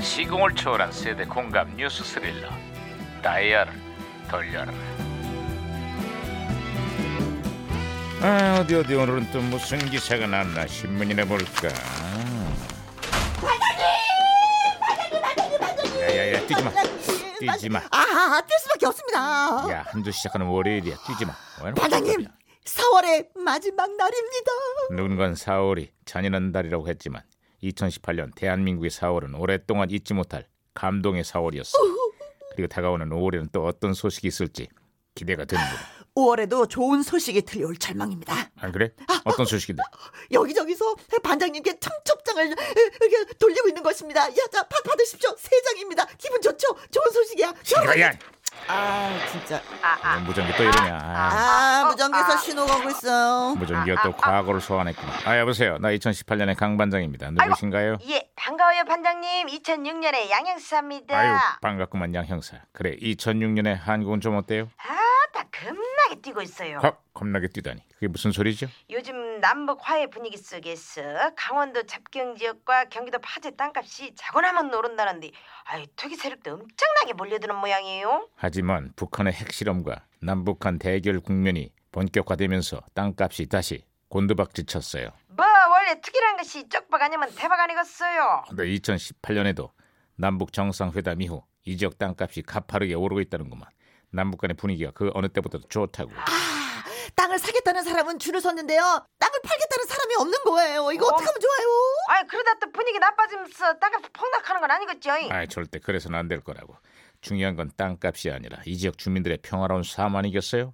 시공을 초월한 세대 공감 뉴스 스릴러 다이얼 돌려라 아 어디 어디 오늘은 또 무슨 기사가 났나 신문이나 볼까 야야야 뛰지마 뛰지마 아, 뛸 수밖에 없습니다. 야 한두 시작하는 월요일이야 뛰지마 반장님, 4월의 마지막 날입니다. 누군간 4월이 잔인한 달이라고 했지만 2018년 대한민국의 4월은 오랫동안 잊지 못할 감동의 4월이었어. 그리고 다가오는 5월에는 또 어떤 소식이 있을지 기대가 되는구나. 5월에도 좋은 소식이 들려올 절망입니다. 안 그래? 어떤 소식인데? 여기저기서 반장님께 청첩장을 이렇게 돌리고 있는 것입니다. 야, 자, 받, 받으십시오. 세 장입니다. 기분 좋죠? 좋은 소식이야. 시끄러야! 아, 진짜. 무전기 또 이러냐? 아, 아, 무전기에서 신호가 오고 있어요. 무전기가 또 과거를 소환했구나. 아 여보세요. 나 2018년의 강 반장입니다. 누구신가요? 예, 반가워요, 반장님. 2006년에 양양수사입니다. 아유 반갑구만 양 형사. 그래 2006년에 한국은 좀 어때요? 아따 겁나게 뛰고 있어요. 겁 겁나게 뛰다니. 그게 무슨 소리죠? 요즘 남북 화해 분위기 속에서 강원도 잡경 지역과 경기도 파주 땅값이 자고나면 오른다는데 아유 투기 세력도 엄청나게 몰려드는 모양이에요. 하지만 북한의 핵실험과 남북한 대결 국면이 본격화되면서 땅값이 다시 곤두박질쳤어요. 뭐 원래 투기란 것이 쪽박 아니면 대박 아니겠어요. 근데 2018년에도 남북 정상회담 이후 이 지역 땅값이 가파르게 오르고 있다는구만. 남북 간의 분위기가 그 어느 때보다도 좋다고. 땅을 사겠다는 사람은 줄을 섰는데요. 땅을 팔겠다는 사람이 없는 거예요. 이거 어떡하면 좋아요? 아유 그러다 또 분위기 나빠지면서 땅값이 폭락하는 건 아니겠죠? 아, 절대 그래서는 안 될 거라고. 중요한 건 땅값이 아니라 이 지역 주민들의 평화로운 삶 아니겠어요?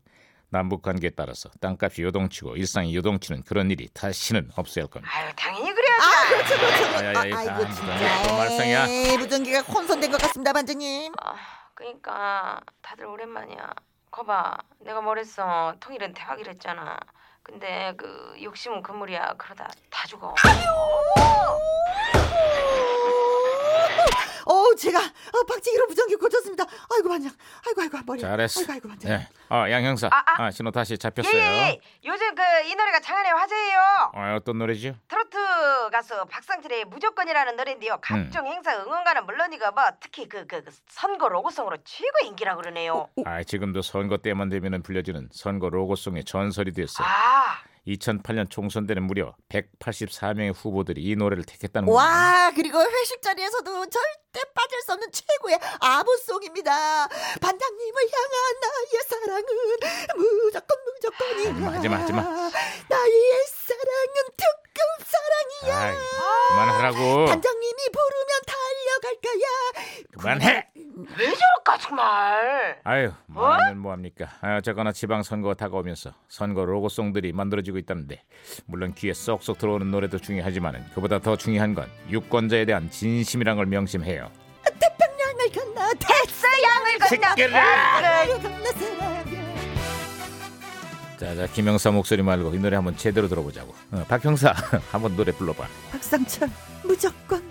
남북 관계에 따라서 땅값이 요동치고 일상이 요동치는 그런 일이 다시는 없어야 할 겁니다. 아유 당연히 그래야죠. 아, 그렇죠, 그렇죠. 야, 야, 야, 이거 아, 다 아이고 무전기가 또 말썽이야. 진짜. 에이, 무전기가 혼선된 것 같습니다, 반장님. 아, 그러니까 다들 오랜만이야. 거봐, 내가 뭐랬어? 통일은 대박이랬잖아. 근데 그 욕심은 그물이야. 그러다 다 죽어. 어, 제가 어, 박치기로 무전기 고쳤습니다. 아이고 반장, 아이고 아이고 머리. 잘했어. 아이고 아이고 반장. 예. 아, 양 형사. 아, 아. 아, 신호 다시 잡혔어요. 예예예. 요즘 그 이 노래가 장안의 화제예요. 아, 어떤 노래죠? 트로트 가수 박상철의 무조건이라는 노래인데요. 음. 각종 행사 응원가는 물론이고 뭐 특히 그, 그, 그 선거 로고송으로 최고 인기라 그러네요. 아, 지금도 선거 때만 되면은 불려지는 선거 로고송의 전설이 됐어요. 아, 2008년 총선 때는 무려 184명의 후보들이 이 노래를 택했다는 거예요. 와 그리고 회식 자리에서도 절대 빠질 수 없는 최고의 아부송입니다. 반장님을 향한 나의 사랑은 무조건 무조건이야. 하지마, 하지마, 하지마. 나의 사랑은 특급 사랑이야. 아이, 아. 그만하라고. 반장님이 부르면 달려갈 거야. 그만해. 왜 저럴까 정말. 아유, 말하면 뭐 합니까? 아, 저거나 지방 선거가 다가오면서 선거 로고송들이 만들어지고 있다는데 물론 귀에 쏙쏙 들어오는 노래도 중요하지만은 그보다 더 중요한 건 유권자에 대한 진심이란 걸 명심해요. 태평양을 건너 태양을 건너 그 새끼들아! 태평양을 건너 사랑해. 자자 김영사 목소리 말고 이 노래 한번 제대로 들어보자고. 어, 박 형사 한번 노래 불러봐. 박상철 무조건